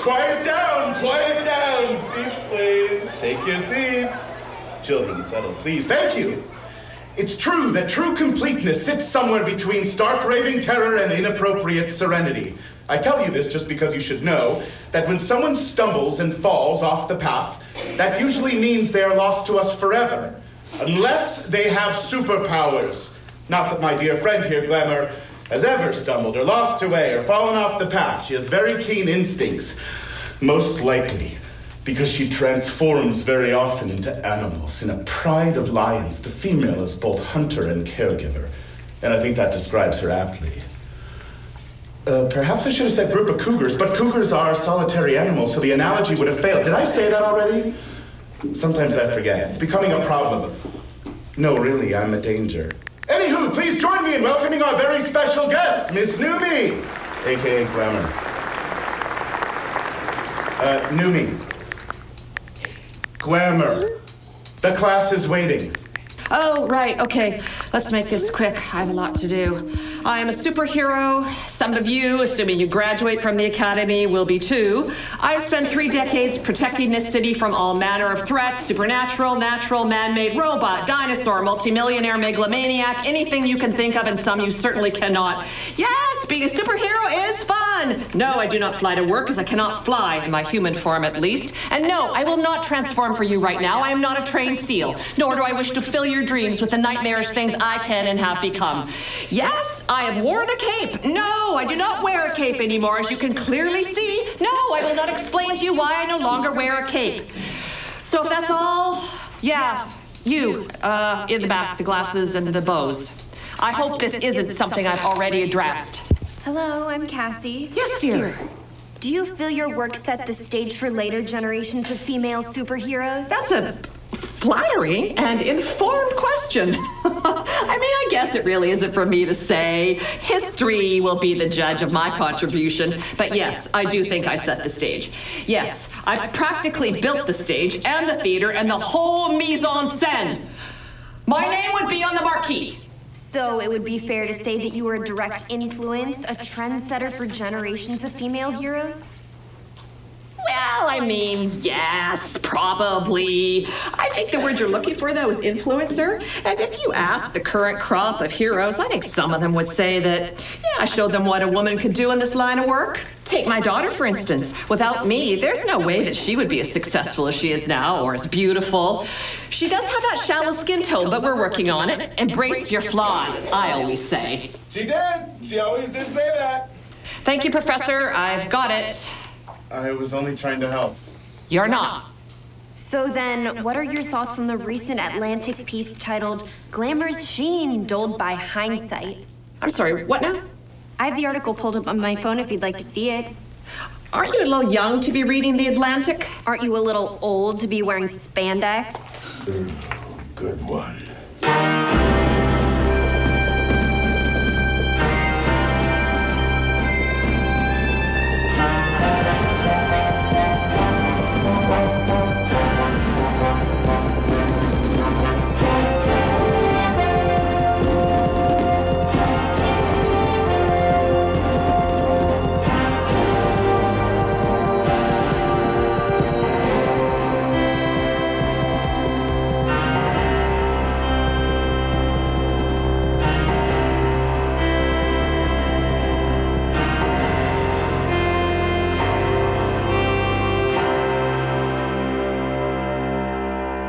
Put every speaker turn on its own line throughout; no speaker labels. Quiet down, quiet down. Seats, please. Take your seats. Children, settle, please. Thank you. It's true that true completeness sits somewhere between stark raving terror and inappropriate serenity. I tell you this just because you should know that when someone stumbles and falls off the path, that usually means they are lost to us forever, unless they have superpowers. Not that my dear friend here, Glamour, has ever stumbled or lost her way or fallen off the path. She has very keen instincts, most likely because she transforms very often into animals. In a pride of lions, the female is both hunter and caregiver, and I think that describes her aptly. Uh, perhaps I should have said group of cougars, but cougars are solitary animals, so the analogy would have failed. Did I say that already? Sometimes I forget. It's becoming a problem. No, really, I'm a danger. Anywho, please join me in welcoming our very special guest, Miss Numi, aka Glamour. Uh, Numi. Glamour. The class is waiting.
Oh, right, okay. Let's make this quick. I have a lot to do. I am a superhero. Some of you, assuming you graduate from the academy, will be too. I've spent three decades protecting this city from all manner of threats supernatural, natural, man made, robot, dinosaur, multimillionaire, megalomaniac, anything you can think of, and some you certainly cannot. Yes, being a superhero is fun! No, I do not fly to work because I cannot fly, in my human form at least. And no, I will not transform for you right now. I am not a trained seal, nor do I wish to fill your dreams with the nightmarish things I can and have become. Yes, I have worn a cape. No, I do not wear a cape anymore, as you can clearly see. No, I will not explain to you why I no longer wear a cape. So if that's all, yeah, you, uh, in the back, the glasses and the bows. I hope this isn't something I've already addressed.
Hello, I'm Cassie.
Yes, dear.
Do you feel your work set the stage for later generations of female superheroes?
That's a flattering and informed question. I mean, I guess it really isn't for me to say. History will be the judge of my contribution, but yes, I do think I set the stage. Yes, I practically built the stage and the theater and the whole mise en scène. My name would be on the marquee.
so it would be fair to say that you were a direct influence, a trendsetter for generations of female heroes?
Well, I mean, yes, probably. I think the word you're looking for, though, is influencer. And if you ask the current crop of heroes, I think some of them would say that, yeah, I showed them what a woman could do in this line of work. Take my daughter, for instance. Without me, there's no way that she would be as successful as she is now or as beautiful. She does have that shallow skin tone, but we're working on it. Embrace your flaws, I always say.
She did. She always did say that.
Thank you, Professor. I've got it.
I was only trying to help.
You're not.
So then, what are your thoughts on the recent Atlantic piece titled Glamour's Sheen Dulled by Hindsight?
I'm sorry, what now?
I have the article pulled up on my phone if you'd like to see it.
Aren't you a little young to be reading The Atlantic?
Aren't you a little old to be wearing spandex?
Good one.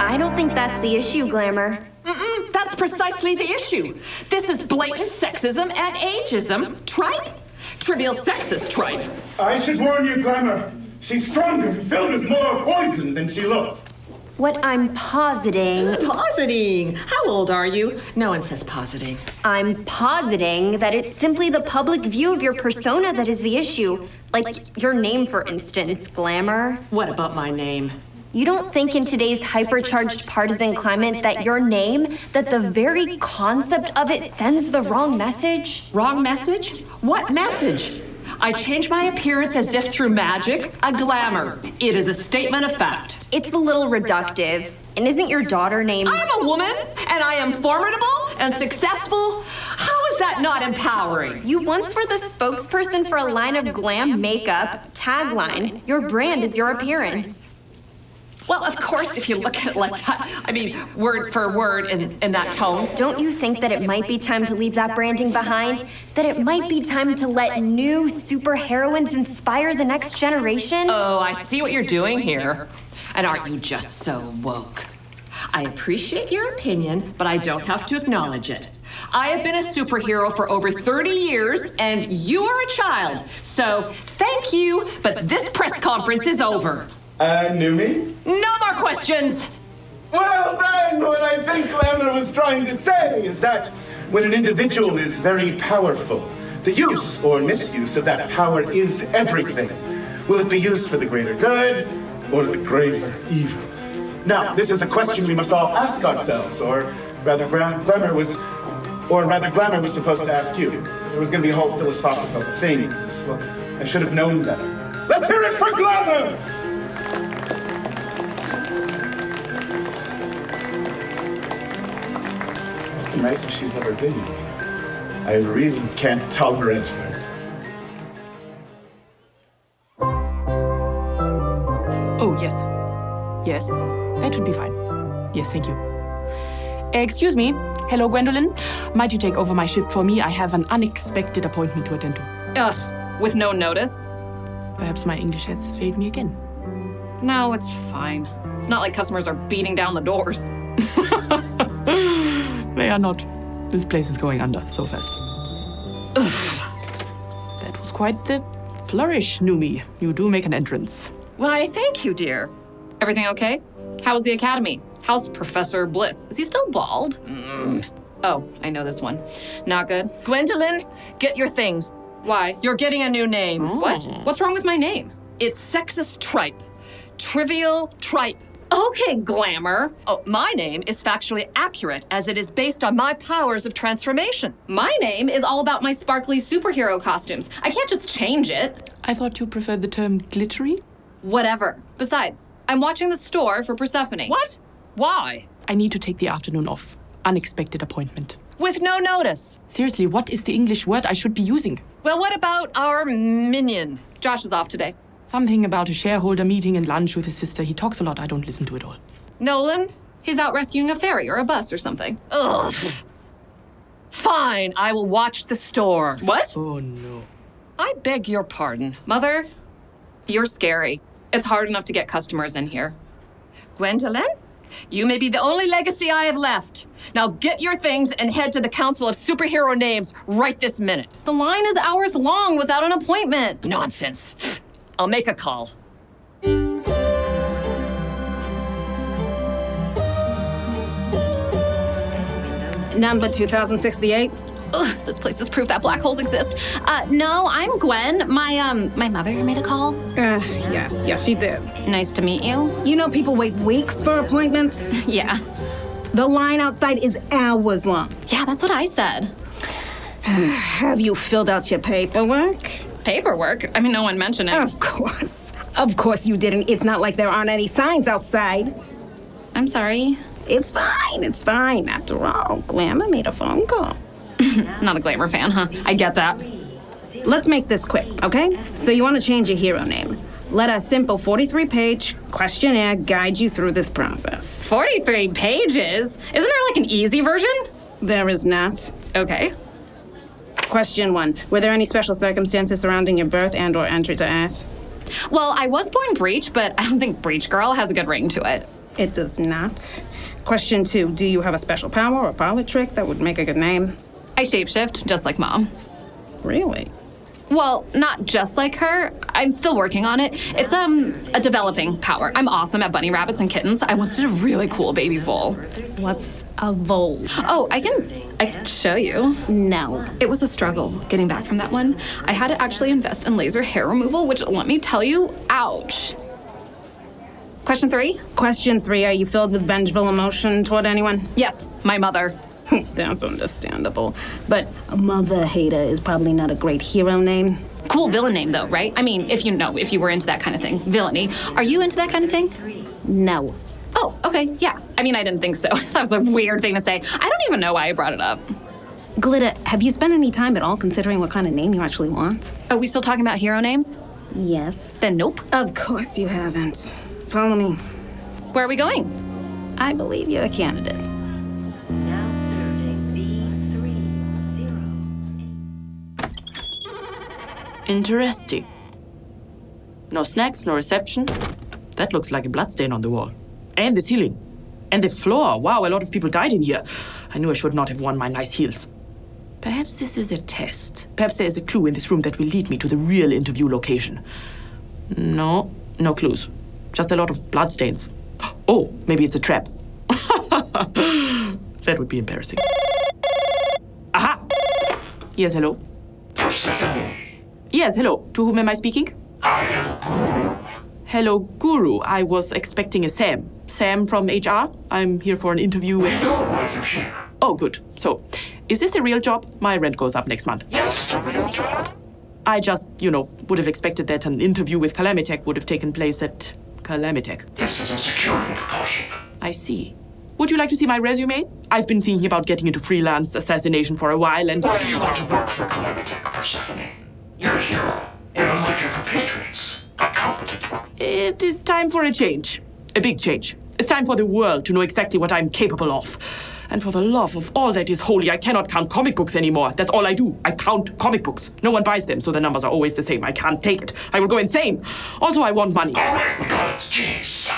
I don't think that's the issue, Glamour.
Hmm, That's precisely the issue. This is blatant sexism and ageism. Tripe? Trivial sexist tripe.
I should warn you, Glamour. She's stronger, filled with more poison than she looks.
What I'm positing,
Positing. How old are you? No one says positing.
I'm positing that it's simply the public view of your persona that is the issue. Like your name, for instance, Glamour.
What about my name?
You don't think in today's hypercharged partisan climate that your name, that the very concept of it sends the wrong message?
Wrong message? What message? I change my appearance as if through magic, a glamour. It is a statement of fact.
It's a little reductive. And isn't your daughter named?
I'm a woman, and I am formidable and successful. How is is that not empowering?
You once were the spokesperson for a line of glam makeup tagline Your brand is your appearance.
Well, of course, if you look at it like that, I mean, word for word in, in that tone.
Don't you think that it might be time to leave that branding behind? That it might be time to let new superheroines inspire the next generation?
Oh, I see what you're doing here. And aren't you just so woke? I appreciate your opinion, but I don't have to acknowledge it. I have been a superhero for over 30 years, and you are a child. So thank you, but this press conference is over.
Uh, Numi?
No more questions!
Well, then, what I think Glamour was trying to say is that when an individual is very powerful, the use or misuse of that power is everything. Will it be used for the greater good or the graver evil? Now, this is a question we must all ask ourselves, or rather, Gra- Glamour was, or rather, Glamour was supposed to ask you. There was going to be a whole philosophical thing. Well, I should have known better. Let's hear it for Glamour! That's the nicest she's ever been. I really can't tolerate her.
Oh, yes. Yes, that should be fine. Yes, thank you. Excuse me. Hello, Gwendolyn. Might you take over my shift for me? I have an unexpected appointment to attend to.
Ugh, with no notice?
Perhaps my English has failed me again.
No, it's fine. It's not like customers are beating down the doors.
They are not. This place is going under so fast. Ugh. That was quite the flourish, Numi. You do make an entrance.
Why, thank you, dear. Everything okay? How's the academy? How's Professor Bliss? Is he still bald? Oh, I know this one. Not good.
Gwendolyn, get your things.
Why?
You're getting a new name.
What?
Oh.
What's wrong with my name?
It's sexist tripe. Trivial tripe.
Okay, glamour.
Oh, my name is factually accurate as it is based on my powers of transformation.
My name is all about my sparkly superhero costumes. I can't just change it.
I thought you preferred the term glittery.
Whatever. Besides, I'm watching the store for Persephone.
What? Why?
I need to take the afternoon off. Unexpected appointment.
With no notice.
Seriously, what is the English word I should be using?
Well, what about our minion?
Josh is off today.
Something about a shareholder meeting and lunch with his sister. He talks a lot. I don't listen to it all.
Nolan? He's out rescuing a ferry or a bus or something. Ugh,
Fine, I will watch the store.
what?
Oh no.
I beg your pardon.
Mother, you're scary. It's hard enough to get customers in here.
Gwendolyn, you may be the only legacy I have left. Now get your things and head to the Council of Superhero Names right this minute.
The line is hours long without an appointment.
Nonsense. I'll make a call.
Number 2068.
Ugh, this place has proved that black holes exist. Uh, no, I'm Gwen. My um, my mother made a call.
Uh, yes, yes, she did.
Nice to meet you.
You know, people wait weeks for appointments.
Yeah,
The line outside is hours long.
yeah, that's what I said.
Have you filled out your paperwork?
Paperwork. I mean, no one mentioned it.
Of course. Of course you didn't. It's not like there aren't any signs outside.
I'm sorry.
It's fine, it's fine. After all, Glamour made a phone call.
Not a glamour fan, huh? I get that.
Let's make this quick, okay? So you want to change your hero name. Let a simple 43 page questionnaire guide you through this process.
43 pages? Isn't there like an easy version?
There is not.
Okay.
Question one Were there any special circumstances surrounding your birth and or entry to Earth?
Well, I was born Breach, but I don't think Breach Girl has a good ring to it.
It does not. Question two Do you have a special power or parlor trick that would make a good name?
I shapeshift, just like mom.
Really?
Well, not just like her. I'm still working on it. It's um a developing power. I'm awesome at bunny rabbits and kittens. I once did a really cool baby vole.
What's a vole?
Oh, I can I can show you.
No.
It was a struggle getting back from that one. I had to actually invest in laser hair removal, which let me tell you, ouch. Question three?
Question three Are you filled with vengeful emotion toward anyone?
Yes, my mother.
That's understandable. But a mother hater is probably not a great hero name.
Cool villain name though, right? I mean, if you know, if you were into that kind of thing. Villainy. Are you into that kind of thing?
No.
Oh, okay, yeah. I mean, I didn't think so. that was a weird thing to say. I don't even know why I brought it up.
Glitta, have you spent any time at all considering what kind of name you actually want?
Are we still talking about hero names?
Yes.
Then nope.
Of course you haven't. Follow me.
Where are we going?
I believe you're a candidate.
Now serving B30.
Interesting. No snacks, no reception. That looks like a bloodstain on the wall. And the ceiling. And the floor. Wow, a lot of people died in here. I knew I should not have worn my nice heels. Perhaps this is a test. Perhaps there is a clue in this room that will lead me to the real interview location. No, no clues. Just a lot of bloodstains. Oh, maybe it's a trap. that would be embarrassing. Aha! Yes, hello. Yes, hello. To whom am I speaking? Hello, Guru. I was expecting a Sam. Sam from HR. I'm here for an interview with. Oh, good. So, is this a real job? My rent goes up next month. Yes, a real job. I just, you know, would have expected that an interview with Calamitech would have taken place at Calamitech.
This is a security precaution.
I see. Would you like to see my resume? I've been thinking about getting into freelance assassination for a while and.
Why do you want to work for Calamity Persephone? You're a hero, and unlike your compatriots, a competent one.
It is time for a change. A big change. It's time for the world to know exactly what I'm capable of. And for the love of all that is holy, I cannot count comic books anymore. That's all I do. I count comic books. No one buys them, so the numbers are always the same. I can't take it. I will go insane. Also, I want money.
All right, we got it. Oh, Jeez.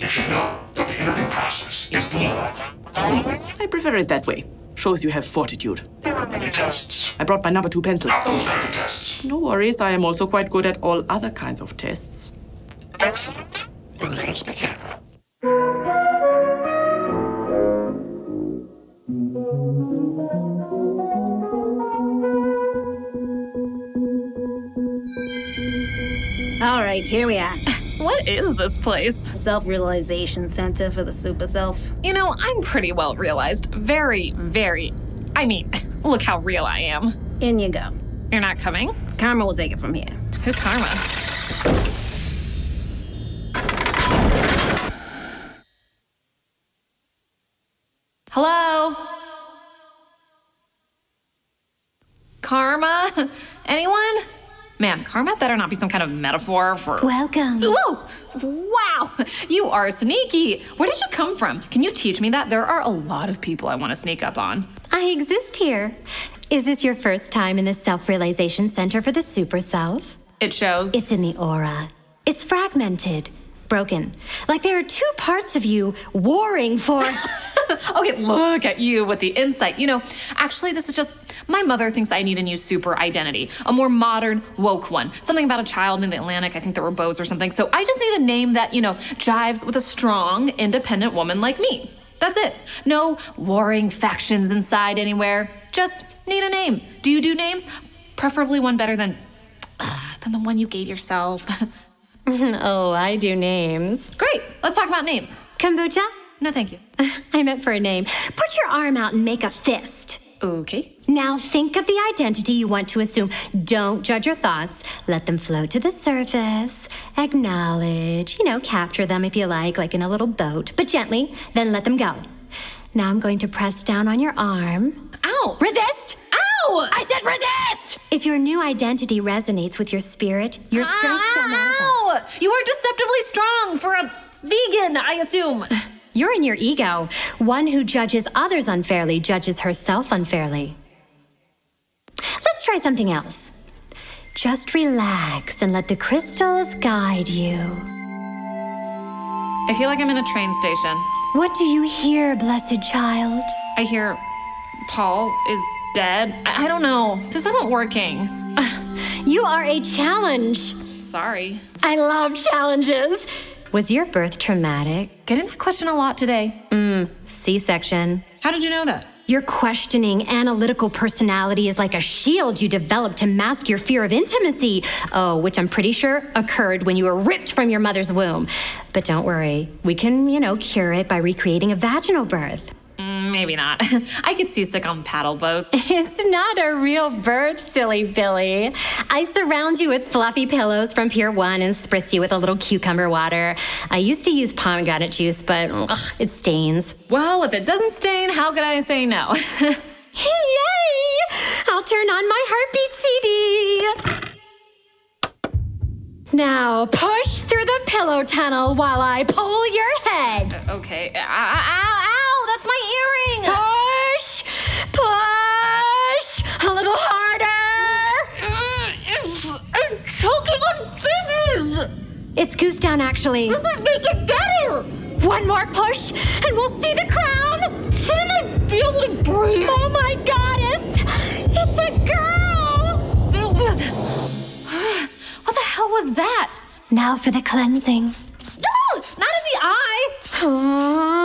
You should know that the interview process is blood.
I prefer it that way. Shows you have fortitude.
There are many tests.
I brought my number two pencil.
Not those kind of tests.
No worries, I am also quite good at all other kinds of tests.
Excellent. Then let us begin.
All right, here we are.
What is this place?
Self realization center for the super self.
You know, I'm pretty well realized. Very, very. I mean, look how real I am.
In you go.
You're not coming?
Karma will take it from here.
Who's Karma? Hello? Karma? Anyone? Man, karma better not be some kind of metaphor for.
Welcome.
Whoa! Wow! You are sneaky! Where did you come from? Can you teach me that? There are a lot of people I want to sneak up on.
I exist here. Is this your first time in the Self Realization Center for the Super Self?
It shows.
It's in the aura. It's fragmented, broken. Like there are two parts of you warring for.
okay, look at you with the insight. You know, actually, this is just my mother thinks I need a new super identity, a more modern, woke one. Something about a child in the Atlantic. I think there were bows or something. So I just need a name that, you know, jives with a strong, independent woman like me. That's it. No warring factions inside anywhere. Just need a name. Do you do names? Preferably one better than. Than the one you gave yourself.
oh, I do names.
Great, let's talk about names.
Kombucha?
No, thank you.
I meant for a name. Put your arm out and make a fist.
Okay.
Now think of the identity you want to assume. Don't judge your thoughts. Let them float to the surface. Acknowledge, you know, capture them if you like, like in a little boat, but gently, then let them go. Now I'm going to press down on your arm.
Ow!
Resist!
Ow!
I said resist! If your new identity resonates with your spirit, your strength shall manifest.
Ow! You are deceptively strong for a vegan, I assume.
You're in your ego. One who judges others unfairly judges herself unfairly. Let's try something else. Just relax and let the crystals guide you.
I feel like I'm in a train station.
What do you hear, blessed child?
I hear Paul is dead. I, I don't know. This isn't working.
You are a challenge.
Sorry.
I love challenges. Was your birth traumatic?
Getting that question a lot today.
C section?
How did you know that?
Your questioning, analytical personality is like a shield you develop to mask your fear of intimacy. Oh, which I'm pretty sure occurred when you were ripped from your mother's womb. But don't worry, we can, you know, cure it by recreating a vaginal birth.
Mm, Maybe not. I get seasick on paddle boats.
It's not a real birth, silly Billy. I surround you with fluffy pillows from Pier 1 and spritz you with a little cucumber water. I used to use pomegranate juice, but ugh, it stains.
Well, if it doesn't stain, how could I say no?
Hey, yay! I'll turn on my heartbeat CD. Now push through the pillow tunnel while I pull your head.
Uh, Okay. Ow, ow, ow! That's my earring!
Push! Push! A little
Uh,
harder! I'm choking on scissors! It's goose down, actually. Doesn't make it better! One more push, and we'll see the crown! Can I feel it breathe? Oh my goddess! It's a girl! It was. What the hell was that? Now for the cleansing.
No! Not in the eye!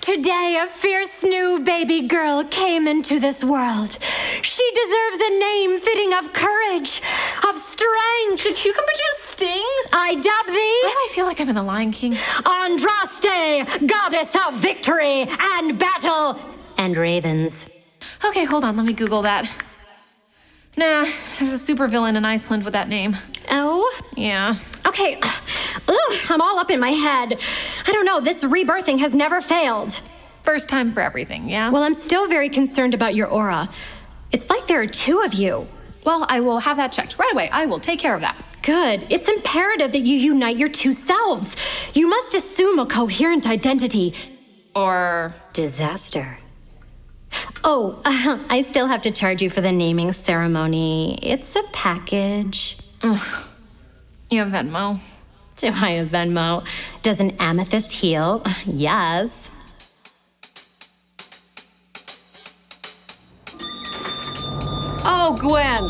Today, a fierce new baby girl came into this world. She deserves a name fitting of courage, of strength. Did
cucumber juice sting?
I dub thee. Why
do I feel like I'm in The Lion King?
Andraste, goddess of victory and battle and ravens.
Okay, hold on. Let me Google that. Nah, there's a supervillain in Iceland with that name.
Oh?
Yeah.
Okay. Ugh, I'm all up in my head. I don't know, this rebirthing has never failed.
First time for everything, yeah?
Well, I'm still very concerned about your aura. It's like there are two of you.
Well, I will have that checked right away. I will take care of that.
Good. It's imperative that you unite your two selves. You must assume a coherent identity.
Or.
Disaster. Oh, uh, I still have to charge you for the naming ceremony. It's a package.
Ugh. You have Venmo.
Do I have Venmo? Does an amethyst heal? Yes.
Oh, Gwen.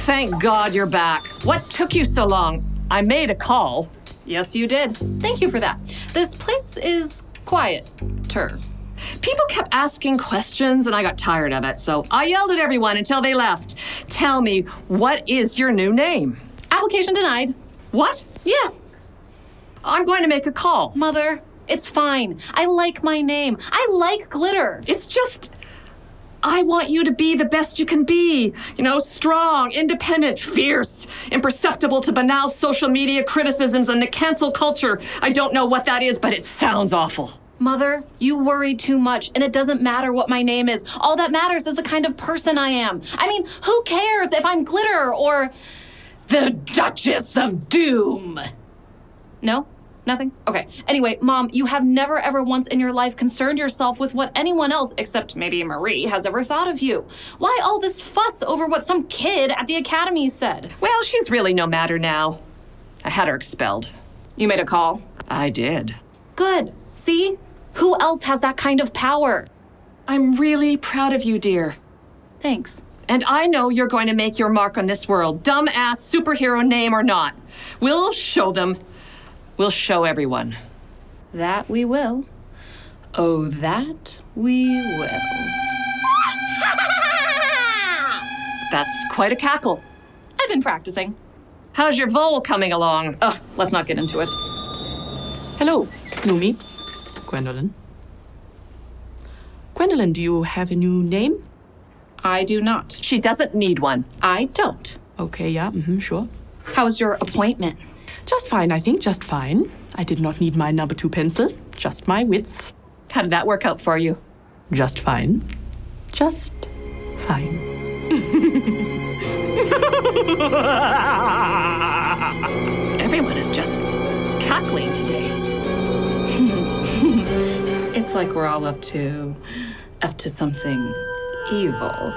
Thank God you're back. What took you so long? I made a call.
Yes, you did. Thank you for that. This place is quieter.
People kept asking questions and I got tired of it, so I yelled at everyone until they left. Tell me, what is your new name?
Application denied.
What?
Yeah,
I'm going to make a call.
Mother, it's fine. I like my name. I like glitter.
It's just. I want you to be the best you can be. You know, strong, independent, fierce, imperceptible to banal social media criticisms and the cancel culture. I don't know what that is, but it sounds awful.
Mother, you worry too much, and it doesn't matter what my name is. All that matters is the kind of person I am. I mean, who cares if I'm glitter or the Duchess of Doom? No? Nothing? Okay. Anyway, Mom, you have never ever once in your life concerned yourself with what anyone else, except maybe Marie, has ever thought of you. Why all this fuss over what some kid at the academy said?
Well, she's really no matter now. I had her expelled.
You made a call?
I did.
Good. See? Who else has that kind of power?
I'm really proud of you, dear.
Thanks.
And I know you're going to make your mark on this world, dumbass superhero name or not. We'll show them. We'll show everyone.
That we will. Oh, that we will.
That's quite a cackle.
I've been practicing.
How's your vole coming along?
Ugh, let's not get into it.
Hello, Numi. Gwendolyn. Gwendolyn, do you have a new name?
I do not.
She doesn't need one.
I don't.
Okay, yeah, mm-hmm, sure.
How was your appointment?
Just fine, I think, just fine. I did not need my number two pencil, just my wits.
How did that work out for you?
Just fine. Just fine.
Everyone is just cackling today.
It's like we're all up to up to something evil.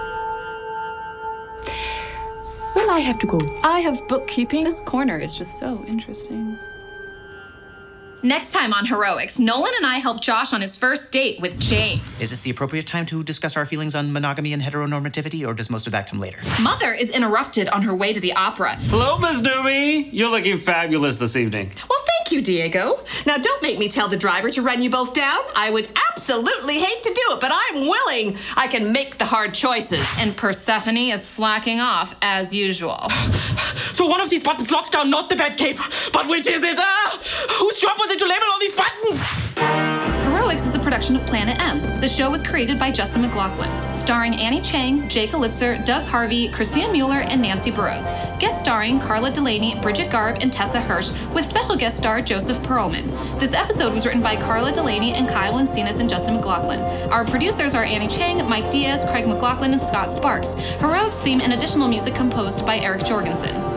Well, I have to go. I have bookkeeping.
This corner is just so interesting. Next time on Heroics, Nolan and I help Josh on his first date with Jane.
Is this the appropriate time to discuss our feelings on monogamy and heteronormativity, or does most of that come later?
Mother is interrupted on her way to the opera.
Hello, Miss Newby. You're looking fabulous this evening.
Well, thank you, Diego. Now, don't make me tell the driver to run you both down. I would absolutely hate to do it, but I'm willing. I can make the hard choices.
And Persephone is slacking off as usual.
so one of these buttons locks down not the Ah! Batcave, but which is it? Uh, whose job was it to label all these buttons?
Heroic
Heroics is a production of Planet M. The show was created by Justin McLaughlin, starring Annie Chang, Jake Elitzer, Doug Harvey, Christine Mueller, and Nancy Burrows. Guest starring Carla Delaney, Bridget Garb, and Tessa Hirsch, with special guest star Joseph Perlman. This episode was written by Carla Delaney and Kyle Encinas and Justin McLaughlin. Our producers are Annie Chang, Mike Diaz, Craig McLaughlin, and Scott Sparks. Heroics theme and additional music composed by Eric Jorgensen.